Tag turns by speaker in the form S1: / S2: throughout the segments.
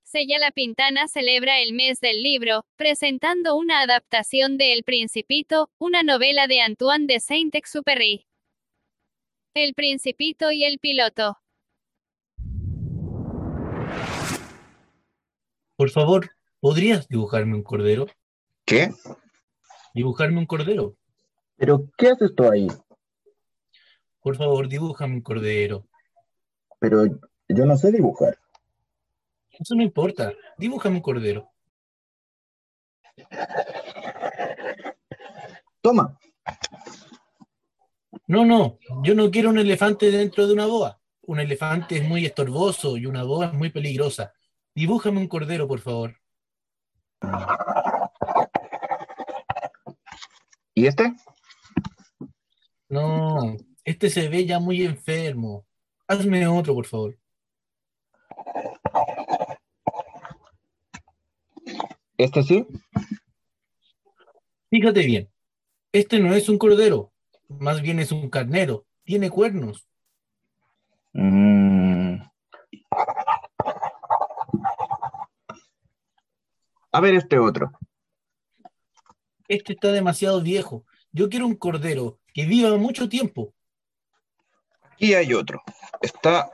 S1: doncella La Pintana celebra el mes del libro, presentando una adaptación de El Principito, una novela de Antoine de Saint-Exupéry. El Principito y el Piloto.
S2: Por favor, ¿podrías dibujarme un cordero?
S3: ¿Qué?
S2: ¿Dibujarme un cordero?
S3: ¿Pero qué haces tú ahí?
S2: Por favor, dibújame un cordero.
S3: Pero yo no sé dibujar.
S2: Eso no importa. Dibújame un cordero.
S3: Toma,
S2: No, no, yo no quiero un elefante dentro de una boa. Un elefante es muy estorboso y una boa es muy peligrosa. Dibújame un cordero, por favor.
S3: ¿y este?
S2: No, este se ve ya muy enfermo. Hazme otro, por favor.
S3: ¿Este sí?
S2: Fíjate bien. Este no es un cordero, más bien es un carnero. Tiene cuernos.
S3: Mm. A ver este otro.
S2: Este está demasiado viejo. Yo quiero un cordero que viva mucho tiempo.
S3: Aquí hay otro. Está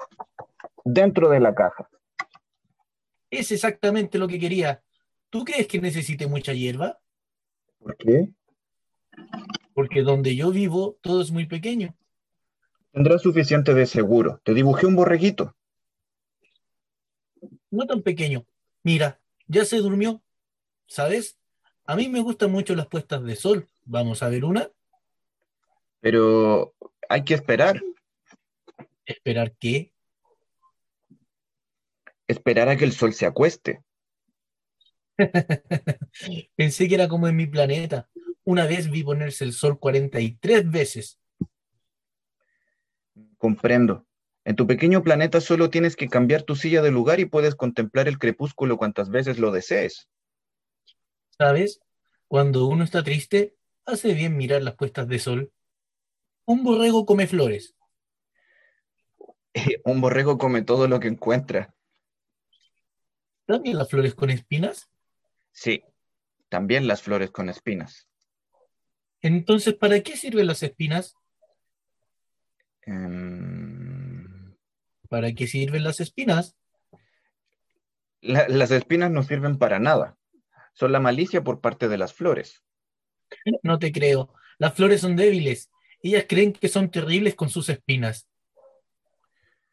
S3: dentro de la caja.
S2: Es exactamente lo que quería. ¿Tú crees que necesite mucha hierba?
S3: ¿Por qué?
S2: Porque donde yo vivo todo es muy pequeño.
S3: Tendrás suficiente de seguro. Te dibujé un borreguito.
S2: No tan pequeño. Mira, ya se durmió. ¿Sabes? A mí me gustan mucho las puestas de sol. Vamos a ver una.
S3: Pero hay que esperar.
S2: Esperar que.
S3: Esperar a que el sol se acueste.
S2: Pensé que era como en mi planeta. Una vez vi ponerse el sol 43 veces.
S3: Comprendo. En tu pequeño planeta solo tienes que cambiar tu silla de lugar y puedes contemplar el crepúsculo cuantas veces lo desees.
S2: ¿Sabes? Cuando uno está triste, hace bien mirar las puestas de sol. Un borrego come flores.
S3: Un borrego come todo lo que encuentra.
S2: ¿También las flores con espinas?
S3: Sí, también las flores con espinas.
S2: Entonces, ¿para qué sirven las espinas?
S3: Em,
S2: ¿Para qué sirven las espinas?
S3: la- las espinas no sirven para nada. Son la malicia por parte de las flores.
S2: No te creo. Las flores son débiles. Ellas creen que son terribles con sus espinas.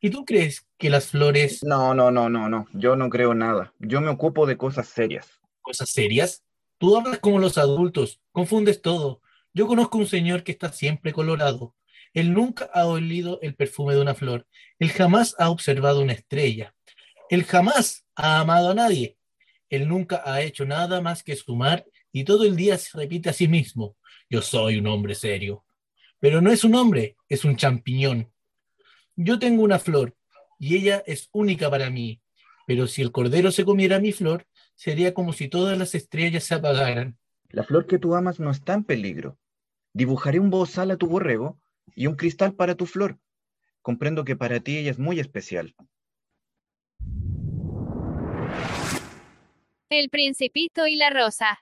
S2: ¿Y tú crees que las flores,
S3: No, no, no, no, no. Yo no creo nada. Yo me ocupo de cosas serias.
S2: cosas serias? Tú hablas como los adultos, confundes todo. Yo conozco un señor que está siempre colorado. Él nunca ha olido el perfume de una flor. Él jamás ha observado una estrella. Él jamás ha amado a nadie. Él nunca ha hecho nada más que sumar y todo el día se repite a sí mismo. Yo soy un hombre serio. Pero no es un hombre, es un champiñón. Yo tengo una flor y ella es única para mí. Pero si el cordero se comiera mi flor, sería como si todas las estrellas se apagaran.
S3: La flor que tú amas no está en peligro. Dibujaré un bozal a tu borrego y un cristal para tu flor. Comprendo que para ti ella es muy especial.
S1: El Principito y la Rosa.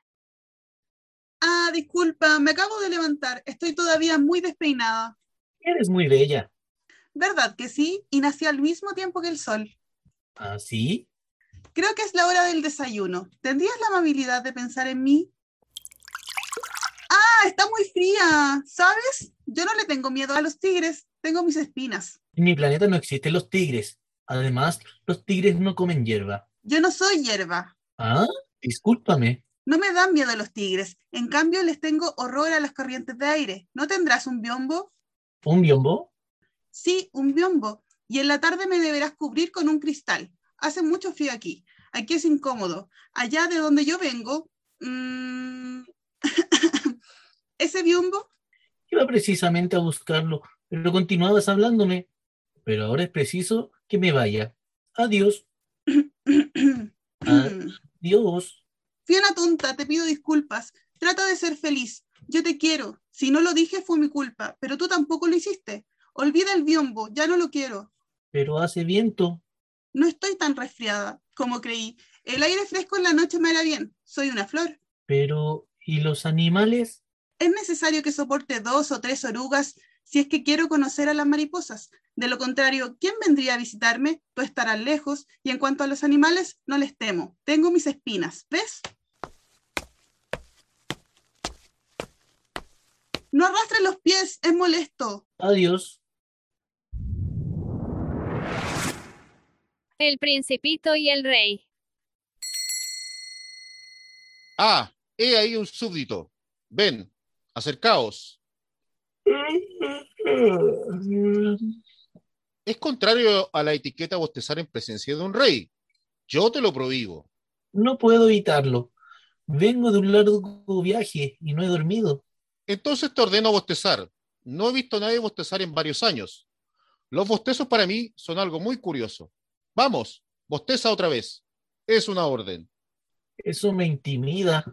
S4: Ah, disculpa, me acabo de levantar. Estoy todavía muy despeinada.
S2: Eres muy bella.
S4: ¿Verdad que sí? Y nací al mismo tiempo que el sol.
S2: ¿Ah, sí?
S4: Creo que es la hora del desayuno. ¿Tendrías la amabilidad de pensar en mí? Ah, está muy fría. ¿Sabes? Yo no le tengo miedo a los tigres. Tengo mis espinas.
S2: En mi planeta no existen los tigres. Además, los tigres no comen hierba.
S4: Yo no soy hierba.
S2: Ah, discúlpame.
S4: No me dan miedo los tigres. En cambio, les tengo horror a las corrientes de aire. ¿No tendrás un biombo?
S2: ¿Un biombo?
S4: Sí, un biombo. Y en la tarde me deberás cubrir con un cristal. Hace mucho frío aquí. Aquí es incómodo. Allá de donde yo vengo... mm, ese biombo...
S2: Iba precisamente a buscarlo, pero continuabas hablándome. Pero ahora es preciso que me vaya. Adiós, Ah. Dios.
S4: Fui una tonta, te pido disculpas. Trata de ser feliz. Yo te quiero. Si no lo dije fue mi culpa, pero tú tampoco lo hiciste. Olvida el biombo, ya no lo quiero.
S2: Pero hace viento.
S4: No estoy tan resfriada. como creí. El aire fresco en la noche me hará bien. Soy una flor.
S2: Pero, ¿y los animales?
S4: Es necesario que soporte dos o tres orugas si es que quiero conocer a las mariposas. De lo contrario, ¿quién vendría a visitarme? Tú estarás lejos y en cuanto a los animales, no les temo. Tengo mis espinas, ¿ves? No arrastres los pies, es molesto.
S2: Adiós.
S1: El principito y el rey.
S5: Ah, he ahí un súbdito. Ven, acercaos. Es contrario a la etiqueta bostezar en presencia de un rey. Yo te lo prohíbo.
S2: No puedo evitarlo. Vengo de un largo viaje y no he dormido.
S5: Entonces te ordeno bostezar. No he visto a nadie bostezar en varios años. Los bostezos para mí son algo muy curioso. Vamos, bosteza otra vez. Es una orden.
S2: Eso me intimida.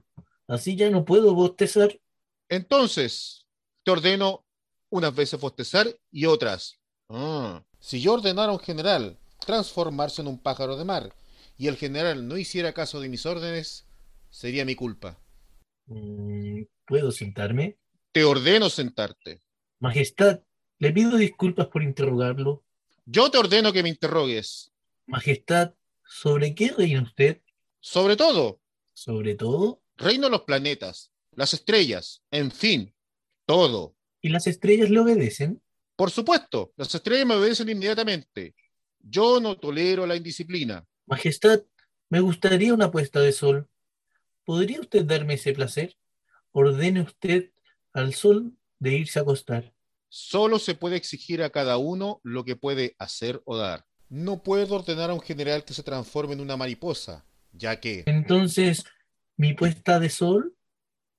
S2: Así ya no puedo bostezar.
S5: Entonces, te ordeno unas veces bostezar y otras. Ah, si yo ordenara a un general transformarse en un pájaro de mar y el general no hiciera caso de mis órdenes, sería mi culpa.
S2: Mm, ¿Puedo sentarme?
S5: Te ordeno sentarte.
S2: Majestad, le pido disculpas por interrogarlo.
S5: Yo te ordeno que me interrogues.
S2: Majestad, ¿sobre qué reina usted?
S5: Sobre todo,
S2: ¿Sobre todo?
S5: reino los planetas, las estrellas, en fin, todo.
S2: ¿Y las estrellas le obedecen?
S5: Por supuesto, las estrellas me obedecen inmediatamente. Yo no tolero la indisciplina.
S2: Majestad, me gustaría una puesta de sol. ¿Podría usted darme ese placer? Ordene usted al sol de irse a acostar.
S5: Solo se puede exigir a cada uno lo que puede hacer o dar. No puedo ordenar a un general que se transforme en una mariposa, ya que
S2: Entonces, ¿mi puesta de sol?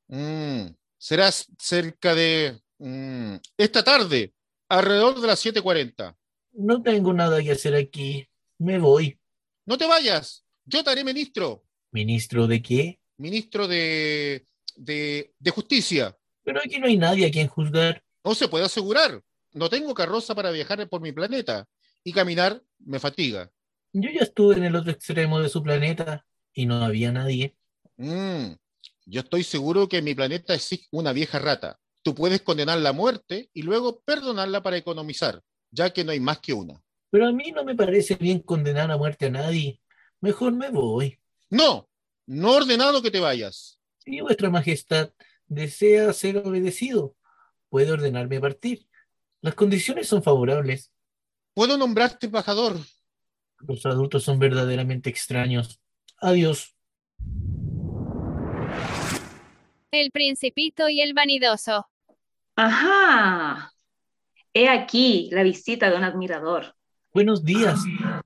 S5: mm, serás cerca de mm, esta tarde, alrededor de las 7:40.
S2: No tengo nada que hacer aquí. Me voy.
S5: No te vayas, yo te haré ministro,
S2: ¿Ministro de qué?
S5: ministro de, de, de justicia.
S2: Pero aquí no hay nadie a quien juzgar.
S5: No se puede asegurar. No tengo carroza para viajar por mi planeta y caminar me fatiga.
S2: Yo ya estuve en el otro extremo de su planeta y no había nadie.
S5: Mm, yo estoy seguro que en mi planeta existe una vieja rata. Tú puedes condenar la muerte y luego perdonarla para economizar, ya que no hay más que una.
S2: Pero a mí no me parece bien condenar a muerte a nadie. Mejor me voy.
S5: No, no he ordenado que te vayas.
S2: Si vuestra majestad desea ser obedecido, puede ordenarme partir. Las condiciones son favorables.
S5: Puedo nombrarte embajador.
S2: Los adultos son verdaderamente extraños. Adiós.
S1: El principito y el vanidoso.
S6: Ajá. He aquí la visita de un admirador
S2: Buenos días.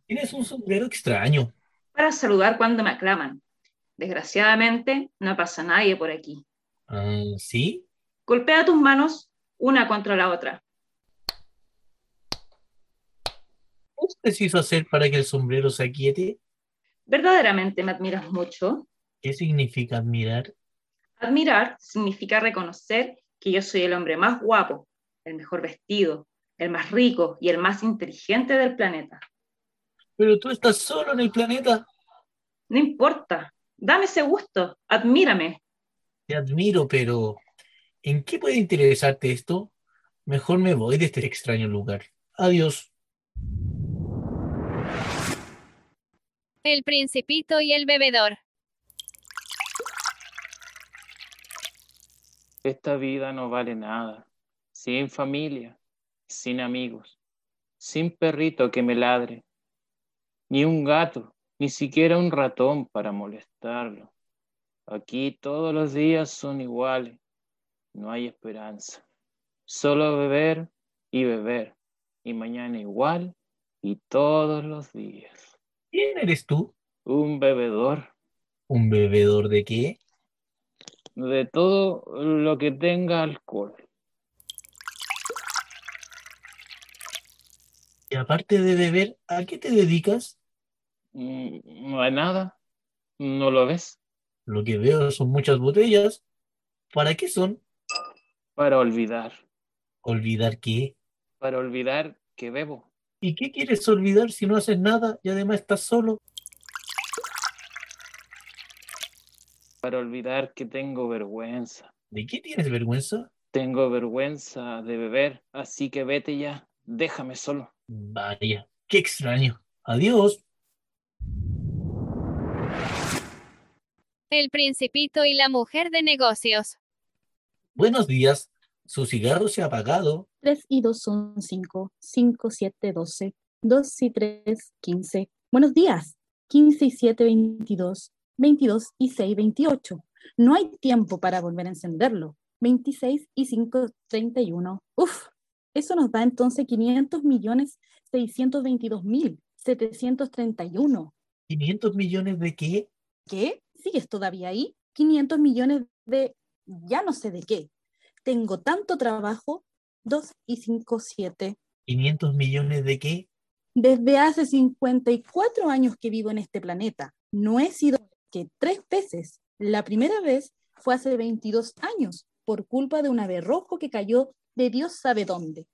S2: Tienes un sombrero extraño.
S6: para saludar cuando me aclaman. Desgraciadamente, no pasa nadie por aquí.
S2: Ah, ¿Sí?
S6: Golpea tus manos una contra la otra.
S2: ¿Qué es preciso hacer para que el sombrero se aquiete?
S6: ¿Verdaderamente me admiras mucho?
S2: ¿Qué significa admirar?
S6: Admirar significa reconocer que yo soy el hombre más guapo, el mejor vestido, el más rico y el más inteligente del planeta.
S2: Pero tú estás solo en el planeta.
S6: No importa, dame ese gusto, admírame.
S2: Te admiro, pero ¿en qué puede interesarte esto? Mejor me voy de este extraño lugar. Adiós.
S1: El principito y el bebedor.
S7: Esta vida no vale nada, sin familia, sin amigos, sin perrito que me ladre, ni un gato, ni siquiera un ratón para molestarlo. Aquí todos los días son iguales, no hay esperanza, solo beber y beber, y mañana igual y todos los días.
S2: ¿Quién eres tú?
S7: Un bebedor
S2: ¿Un bebedor de qué?
S7: de todo lo que tenga alcohol.
S2: Y aparte de beber, ¿a qué te dedicas?
S7: Mm, No hay nada, ¿no lo ves?
S2: Lo que veo son muchas botellas. ¿Para qué son?
S7: Para olvidar,
S2: ¿Olvidar qué?
S7: para olvidar que bebo.
S2: ¿Y qué quieres olvidar si no haces nada y además estás solo?
S7: para olvidar que tengo vergüenza.
S2: ¿De qué tienes vergüenza?
S7: Tengo vergüenza de beber, así que vete ya, déjame solo.
S2: Vaya, qué extraño. Adiós.
S1: El principito y la mujer de negocios.
S2: Buenos días. Su cigarro se ha apagado.
S8: 3 y 2 son 5, 5, 7, 12, 2 y 3, 15. Buenos días. 15 y 7, 22, 22 y 6, 28. No hay tiempo para volver a encenderlo. 26 y 5, 31. Uf, eso nos da entonces 500 millones 622 mil 731.
S2: ¿500 millones de qué?
S8: ¿Qué? ¿Sigues todavía ahí? 500 millones de ya no sé de qué. Tengo tanto trabajo, 2 y 5, 7.
S2: ¿500 millones de qué?
S8: Desde hace 54 años que vivo en este planeta, no he sido que tres veces. La primera vez fue hace 22 años, por culpa de un aberrojo que cayó de Dios sabe dónde.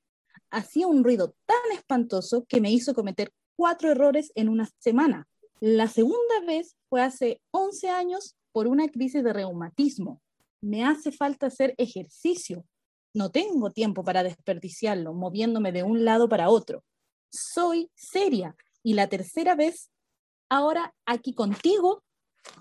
S8: Hacía un ruido tan espantoso que me hizo cometer cuatro errores en una semana. La segunda vez fue hace 11 años por una crisis de reumatismo. Me hace falta hacer ejercicio. No tengo tiempo para desperdiciarlo moviéndome de un lado para otro. Soy seria. Y la tercera vez, ahora aquí contigo,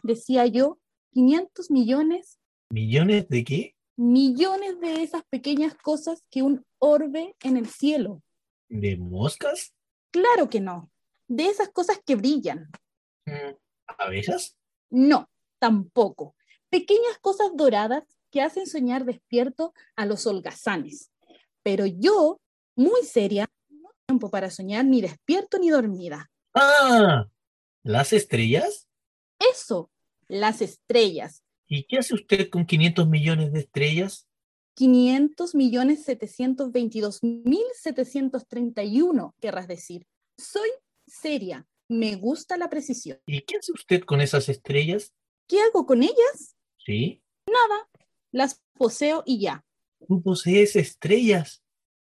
S8: decía yo, 500 millones,
S2: ¿Millones de qué?
S8: millones de esas pequeñas cosas que un orbe en el cielo.
S2: ¿De moscas?
S8: Claro que no. De esas cosas que brillan.
S2: Mm, ¿Abejas?
S8: No, tampoco. Pequeñas cosas doradas que hacen soñar despierto a los holgazanes. Pero yo, muy seria, no tengo tiempo para soñar ni despierto ni dormida.
S2: Ah, ¿las estrellas?
S8: Eso, las estrellas.
S2: ¿Y qué hace usted con 500 millones de estrellas?
S8: 500 millones 722 mil 731, querrás decir. Soy seria, me gusta la precisión.
S2: ¿Y qué hace usted con esas estrellas?
S8: ¿Qué hago con ellas?
S2: Sí,
S8: Las poseo y ya.
S2: tú posees estrellas,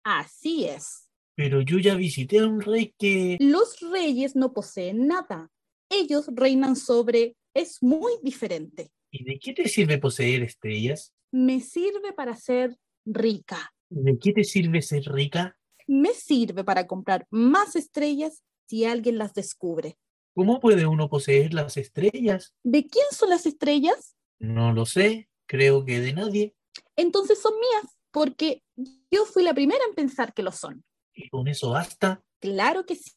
S8: Así es.
S2: pero yo ya visité a un rey que...
S8: Los reyes no poseen nada. Ellos reinan sobre... Es muy diferente.
S2: ¿Y de qué te sirve poseer estrellas?
S8: Me sirve para ser rica.
S2: ¿De qué te sirve ser rica?
S8: Me sirve para comprar más estrellas si alguien las descubre.
S2: ¿Cómo puede uno poseer las estrellas?
S8: ¿De quién son las estrellas?
S2: No lo sé, creo que de nadie.
S8: Entonces son mías, porque yo fui la primera en pensar que lo son.
S2: Y con eso basta.
S8: Claro que sí.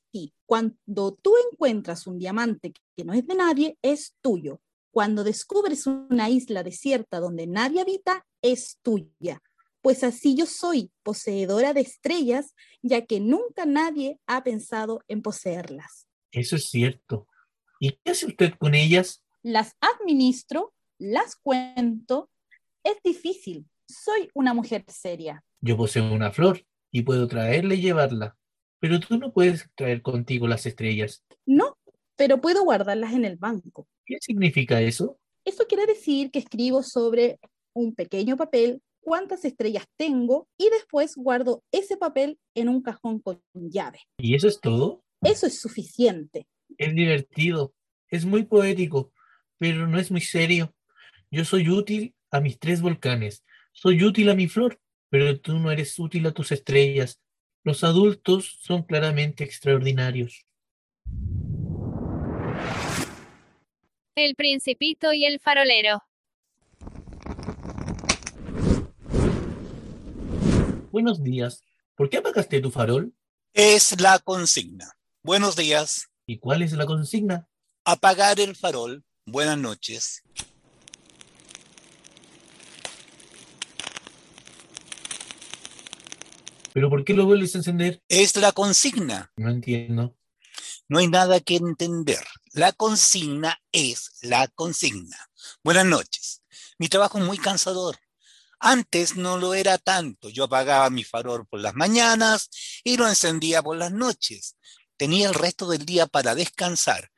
S8: Cuando tú encuentras un diamante que no es de nadie, es tuyo. Cuando descubres una isla desierta donde nadie habita, es tuya. Pues así yo soy, poseedora de estrellas, ya que nunca nadie ha pensado en poseerlas.
S2: Eso es cierto. ¿Y qué hace usted con ellas?
S8: Las administro, las cuento. Es difícil. Soy una mujer seria.
S2: Yo poseo una flor y puedo traerla y llevarla, pero tú no puedes traer contigo las estrellas.
S8: No, pero puedo guardarlas en el banco.
S2: ¿Qué significa eso?
S8: Eso quiere decir que escribo sobre un pequeño papel cuántas estrellas tengo y después guardo ese papel en un cajón con llave.
S2: ¿Y eso es todo?
S8: Eso es suficiente.
S2: Es divertido, es muy poético, pero no es muy serio. Yo soy útil a mis tres volcanes, soy útil a mi flor, pero tú no eres útil a tus estrellas. Los adultos son claramente extraordinarios.
S1: El principito y el farolero.
S2: Buenos días. ¿Por qué apagaste tu farol?
S9: Es la consigna. Buenos días.
S2: ¿Y cuál es la consigna?
S9: Apagar el farol. Buenas noches.
S2: ¿Pero por qué lo vuelves a encender?
S9: Es la consigna.
S2: No entiendo.
S9: No hay nada que entender. La consigna es la consigna. Buenas noches. Mi trabajo es muy cansador. Antes no lo era tanto. Yo apagaba mi farol por las mañanas y lo encendía por las noches. Tenía el resto del día para descansar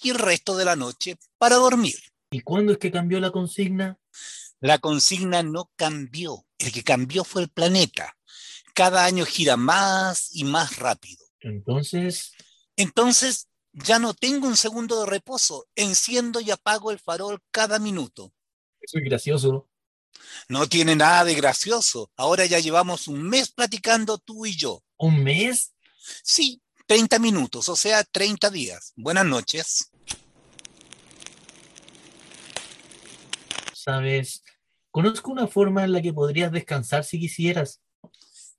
S9: y el resto de la noche para dormir.
S2: ¿Y cuándo es que cambió la consigna?
S9: La consigna no cambió. El que cambió fue el planeta. Cada año gira más y más rápido.
S2: Entonces,
S9: Entonces, ya no tengo un segundo de reposo. Enciendo y apago el farol cada minuto.
S2: Eso es gracioso. ¿no?
S9: No tiene nada de gracioso. Ahora ya llevamos un mes platicando tú y yo.
S2: ¿Un mes?
S9: Sí, 30 minutos, o sea, 30 días. Buenas noches.
S2: ¿Sabes? Conozco una forma en la que podrías descansar si quisieras.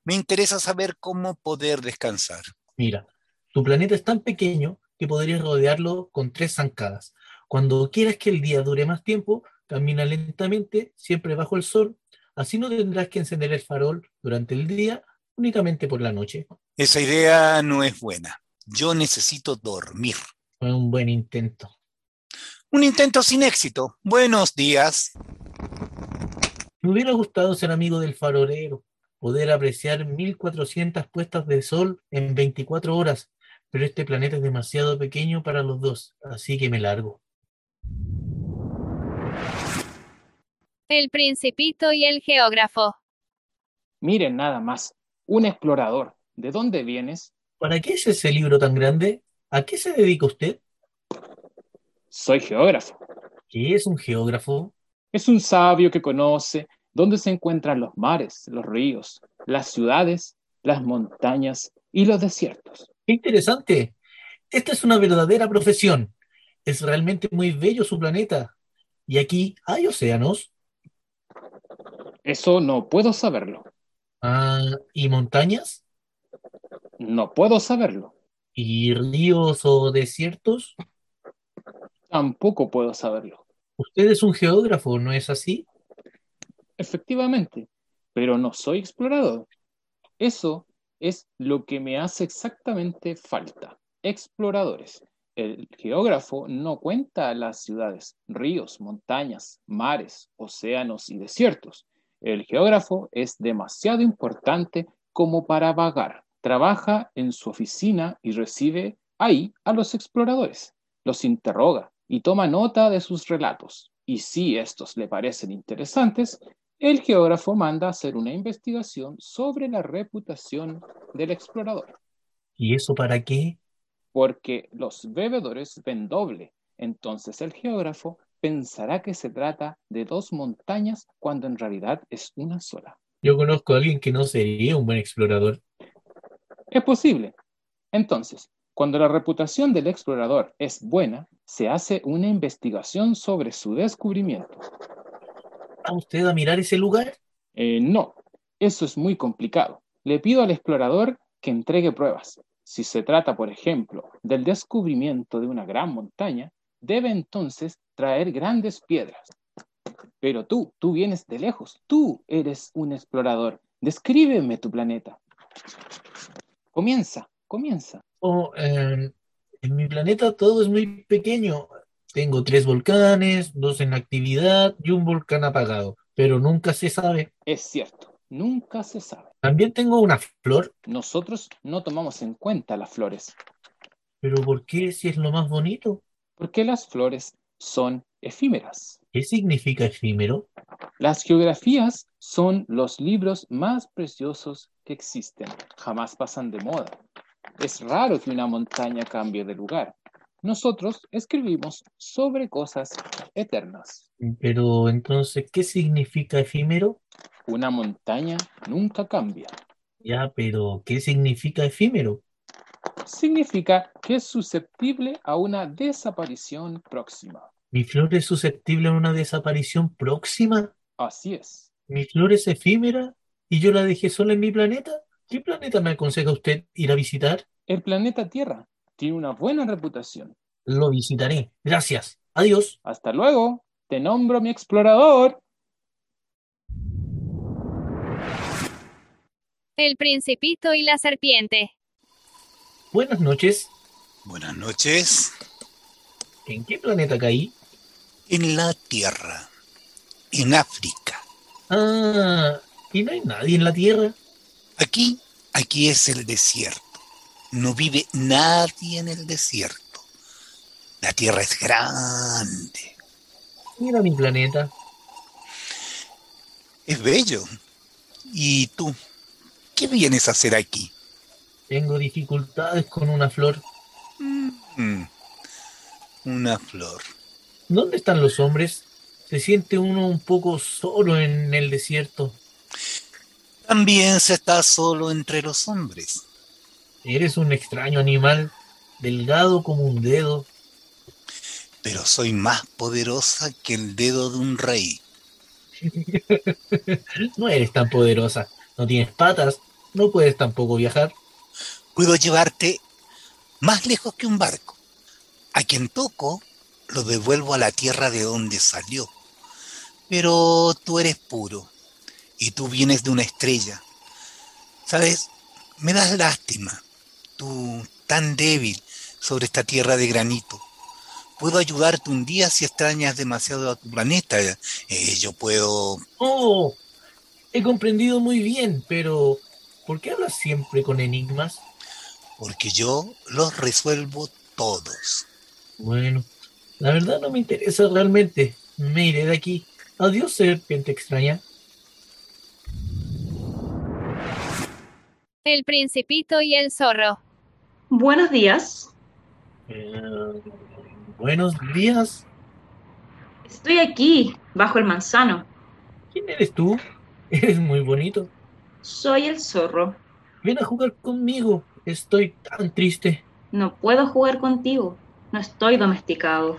S9: Me interesa saber cómo poder descansar.
S2: Mira, tu planeta es tan pequeño que podrías rodearlo con tres zancadas. Cuando quieras que el día dure más tiempo, camina lentamente, siempre bajo el sol. Así no tendrás que encender el farol durante el día, únicamente por la noche.
S9: Esa idea no es buena. Yo necesito dormir.
S2: Fue un buen intento.
S9: Un intento sin éxito. Buenos días.
S2: Me hubiera gustado ser amigo del farolero, poder apreciar 1400 puestas de sol en 24 horas, pero este planeta es demasiado pequeño para los dos, así que me largo.
S1: El principito y el geógrafo.
S7: Miren nada más. Un explorador. ¿De dónde vienes?
S2: ¿Para qué es ese libro tan grande? ¿A qué se dedica usted?
S7: Soy geógrafo.
S2: ¿Qué es un geógrafo?
S7: Es un sabio que conoce dónde se encuentran los mares, los ríos, las ciudades, las montañas y los desiertos.
S2: ¡Qué interesante! Esta es una verdadera profesión. Es realmente muy bello su planeta. ¿Y aquí hay océanos?
S7: Eso no puedo saberlo.
S2: Ah, ¿y montañas?
S7: No puedo saberlo.
S2: ¿Y ríos o desiertos?
S7: Tampoco puedo saberlo.
S2: Usted es un geógrafo, ¿no es así?
S7: Efectivamente, pero no soy explorador. Eso es lo que me hace exactamente falta. Exploradores. El geógrafo no cuenta las ciudades, ríos, montañas, mares, océanos y desiertos. El geógrafo es demasiado importante como para vagar. Trabaja en su oficina y recibe ahí a los exploradores. Los interroga y toma nota de sus relatos. Y si estos le parecen interesantes, el geógrafo manda hacer una investigación sobre la reputación del explorador,
S2: ¿Y eso para qué?
S7: porque los bebedores ven doble. Entonces el geógrafo pensará que se trata de dos montañas cuando en realidad es una sola.
S2: Yo conozco a alguien que no sería un buen explorador.
S7: Es posible. Entonces, cuando la reputación del explorador es buena, se hace una investigación sobre su descubrimiento.
S2: ¿Va usted a mirar ese lugar?
S7: Eh, no, eso es muy complicado. Le pido al explorador que entregue pruebas. Si se trata, por ejemplo, del descubrimiento de una gran montaña, debe entonces traer grandes piedras. Pero tú, tú vienes de lejos, tú eres un explorador. Descríbeme tu planeta. Comienza, comienza.
S2: Oh, eh, en mi planeta todo es muy pequeño. Tengo tres volcanes, dos en actividad y un volcán apagado, pero nunca se sabe.
S7: Es cierto, nunca se sabe.
S2: También tengo una flor,
S7: Nosotros no tomamos en cuenta las flores,
S2: pero ¿por qué si es lo más bonito?
S7: porque las flores son efímeras.
S2: ¿Qué significa efímero?
S7: Las geografías son los libros más preciosos que existen. Jamás pasan de moda. Es raro que una montaña cambie de lugar. Nosotros escribimos sobre cosas eternas.
S2: Pero entonces, ¿qué significa efímero?
S7: Una montaña nunca cambia.
S2: Ya, pero ¿qué significa efímero?
S7: Significa que es susceptible a una desaparición próxima.
S2: ¿Mi flor es susceptible a una desaparición próxima?
S7: Así es.
S2: ¿Mi flor es efímera y yo la dejé sola en mi planeta? ¿Qué planeta me aconseja usted ir a visitar?
S7: El planeta Tierra tiene una buena reputación.
S2: Lo visitaré. Gracias. Adiós.
S7: Hasta luego. Te nombro mi explorador.
S1: El principito y la serpiente.
S2: Buenas noches.
S9: Buenas noches.
S2: ¿En qué planeta caí?
S9: En la Tierra. En África.
S2: Ah, ¿y no hay nadie en la Tierra?
S9: Aquí, aquí es el desierto. No vive nadie en el desierto. La Tierra es grande.
S2: Mira mi planeta.
S9: Es bello. ¿Y tú? ¿Qué vienes a hacer aquí?
S2: Tengo dificultades con una flor.
S9: Mm, Una flor.
S2: ¿Dónde están los hombres? Se siente uno un poco solo en el desierto.
S9: También se está solo entre los hombres.
S2: Eres un extraño animal, delgado como un dedo.
S9: Pero soy más poderosa que el dedo de un rey.
S2: No eres tan poderosa, no tienes patas, no puedes tampoco viajar.
S9: Puedo llevarte más lejos que un barco. A quien toco, lo devuelvo a la tierra de donde salió. Pero tú eres puro y tú vienes de una estrella. Sabes, me das lástima, tú tan débil sobre esta tierra de granito. Puedo ayudarte un día si extrañas demasiado a tu planeta. Eh, yo puedo...
S2: Oh, he comprendido muy bien, pero ¿por qué hablas siempre con enigmas?
S9: porque yo los resuelvo todos.
S2: Bueno, la verdad no me interesa realmente. Me iré de aquí. Adiós, serpiente extraña.
S1: El principito y el zorro.
S6: Buenos días.
S2: Eh, buenos días.
S6: Estoy aquí, bajo el manzano.
S2: ¿Quién eres tú? Eres muy bonito.
S6: Soy el zorro.
S2: Ven a jugar conmigo. Estoy tan triste.
S6: No puedo jugar contigo. No estoy domesticado.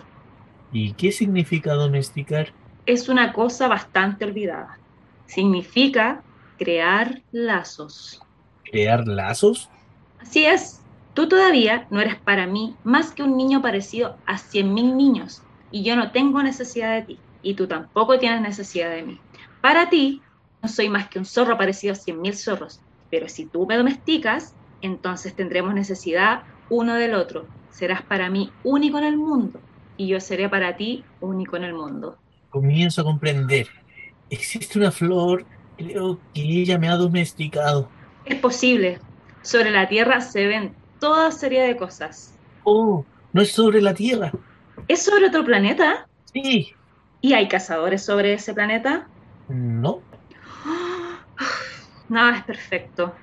S2: ¿Y qué significa domesticar?
S6: Es una cosa bastante olvidada. Significa crear lazos.
S2: ¿Crear lazos?
S6: Así es, tú todavía no eres para mí más que un niño parecido a 100.000 niños y yo no tengo necesidad de ti y tú tampoco tienes necesidad de mí. Para ti, no soy más que un zorro parecido a 100.000 zorros, pero si tú me domesticas, entonces tendremos necesidad uno del otro. Serás para mí único en el mundo y yo seré para ti único en el mundo.
S2: Comienzo a comprender. Existe una flor. Creo que ella me ha domesticado.
S6: Es posible. Sobre la Tierra se ven toda serie de cosas.
S2: Oh, no es sobre la tierra.
S6: ¿Es sobre otro planeta?
S2: Sí.
S6: ¿Y hay cazadores sobre ese planeta?
S2: No.
S6: Nada es perfecto.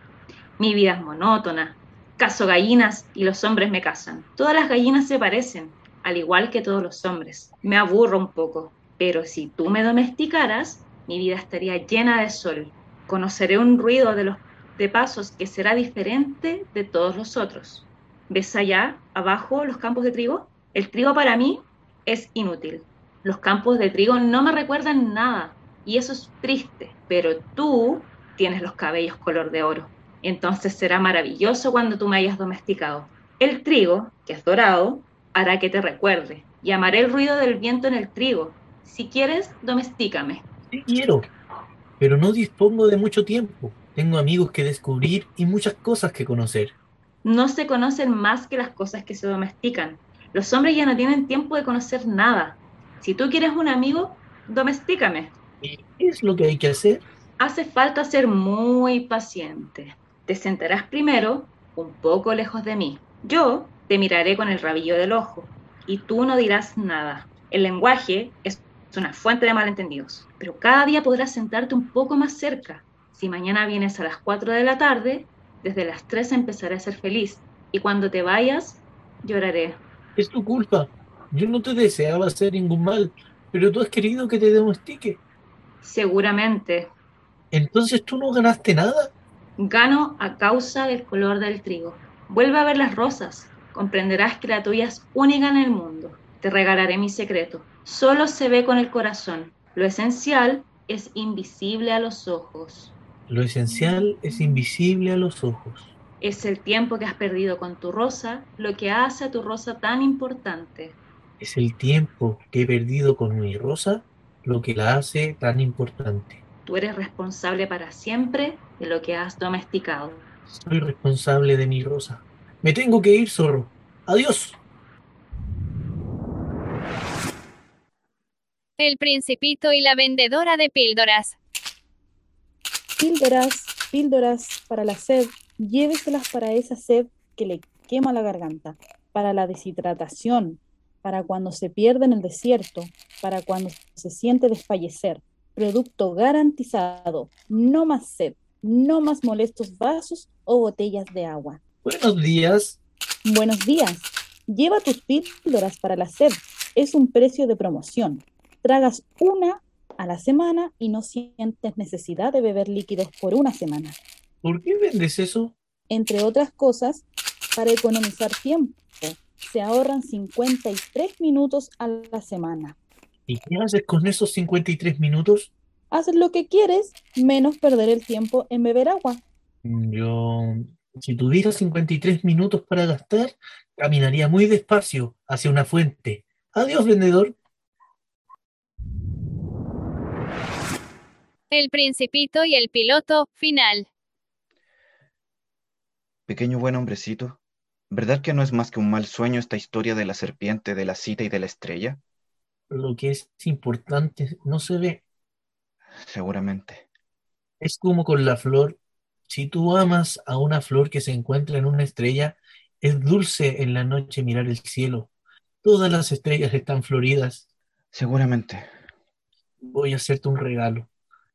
S6: Mi vida es monótona. Caso gallinas y los hombres me casan. Todas las gallinas se parecen, al igual que todos los hombres. Me aburro un poco, pero si tú me domesticaras, mi vida estaría llena de sol. Conoceré un ruido de los de pasos que será diferente de todos los otros. ¿Ves allá abajo los campos de trigo? El trigo para mí es inútil. Los campos de trigo no me recuerdan nada y eso es triste, pero tú tienes los cabellos color de oro. Entonces será maravilloso cuando tú me hayas domesticado. El trigo, que es dorado, hará que te recuerde y amaré el ruido del viento en el trigo. Si quieres, domestícame.
S2: Sí quiero, pero no dispongo de mucho tiempo. Tengo amigos que descubrir y muchas cosas que conocer.
S6: No se conocen más que las cosas que se domestican. Los hombres ya no tienen tiempo de conocer nada. Si tú quieres un amigo, domestícame.
S2: ¿Y qué es lo que hay que hacer?
S6: Hace falta ser muy paciente. Te sentarás primero un poco lejos de mí. Yo te miraré con el rabillo del ojo y tú no dirás nada. El lenguaje es una fuente de malentendidos, pero cada día podrás sentarte un poco más cerca. Si mañana vienes a las 4 de la tarde, desde las 3 empezaré a ser feliz y cuando te vayas, lloraré.
S2: Es tu culpa. Yo no te deseaba hacer ningún mal, pero tú has querido que te domestique.
S6: Seguramente
S2: Entonces tú no ganaste nada.
S6: Gano a causa del color del trigo. Vuelve a ver las rosas. Comprenderás que la tuya es única en el mundo. Te regalaré mi secreto. Solo se ve con el corazón. Lo esencial es invisible a los ojos.
S2: Lo esencial es invisible a los ojos.
S6: Es el tiempo que has perdido con tu rosa lo que hace a tu rosa tan importante.
S2: Es el tiempo que he perdido con mi rosa lo que la hace tan importante.
S6: Tú eres responsable para siempre de lo que has domesticado.
S2: Soy responsable de mi rosa. Me tengo que ir, zorro. Adiós.
S1: El principito y la vendedora de píldoras.
S8: Píldoras, píldoras para la sed, lléveselas para esa sed que le quema la garganta, para la deshidratación, para cuando se pierde en el desierto, para cuando se siente desfallecer. Producto garantizado, no más sed, no más molestos vasos o botellas de agua.
S2: Buenos días.
S8: Buenos días, lleva tus píldoras para la sed, es un precio de promoción. Tragas una a la semana y no sientes necesidad de beber líquidos por una semana.
S2: ¿Por qué vendes eso?
S8: Entre otras cosas, para economizar tiempo, se ahorran 53 minutos a la semana.
S2: ¿Y qué haces con esos 53 minutos?
S8: Haces lo que quieres, menos perder el tiempo en beber agua.
S2: Mm, Yo, si tuviera 53 minutos para gastar, caminaría muy despacio hacia una fuente. Adiós, vendedor.
S1: El principito y el piloto, final.
S3: Pequeño buen hombrecito, ¿verdad que no es más que un mal sueño esta historia de la serpiente, de la cita y de la estrella?
S2: Lo que es importante no se ve.
S3: Seguramente.
S2: Es como con la flor. Si tú amas a una flor que se encuentra en una estrella, es dulce en la noche mirar el cielo. Todas las estrellas están floridas.
S3: Seguramente.
S2: Voy a hacerte un regalo.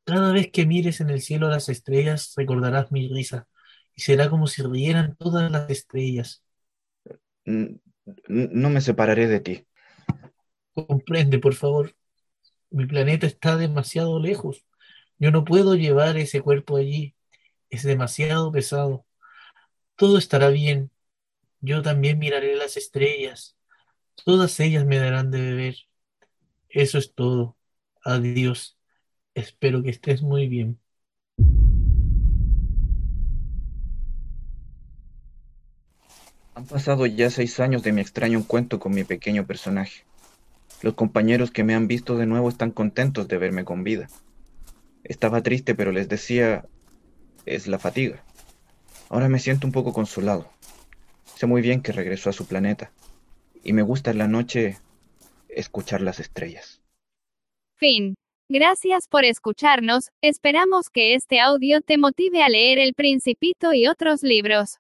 S2: Cada vez que mires en el cielo a las estrellas, recordarás mi risa y será como si rieran todas las estrellas.
S3: N- n- no me separaré de ti.
S2: Comprende, por favor. Mi planeta está demasiado lejos. Yo no puedo llevar ese cuerpo allí. Es demasiado pesado. Todo estará bien. Yo también miraré las estrellas. Todas ellas me darán de beber. Eso es todo. Adiós. Espero que estés muy bien.
S3: Han pasado ya seis años de mi extraño encuentro con mi pequeño personaje. Los compañeros que me han visto de nuevo están contentos de verme con vida. Estaba triste, pero les decía, es la fatiga. Ahora me siento un poco consolado. Sé muy bien que regresó a su planeta, y me gusta en la noche escuchar las estrellas.
S1: Fin. Gracias por escucharnos, esperamos que este audio te motive a leer El Principito y otros libros.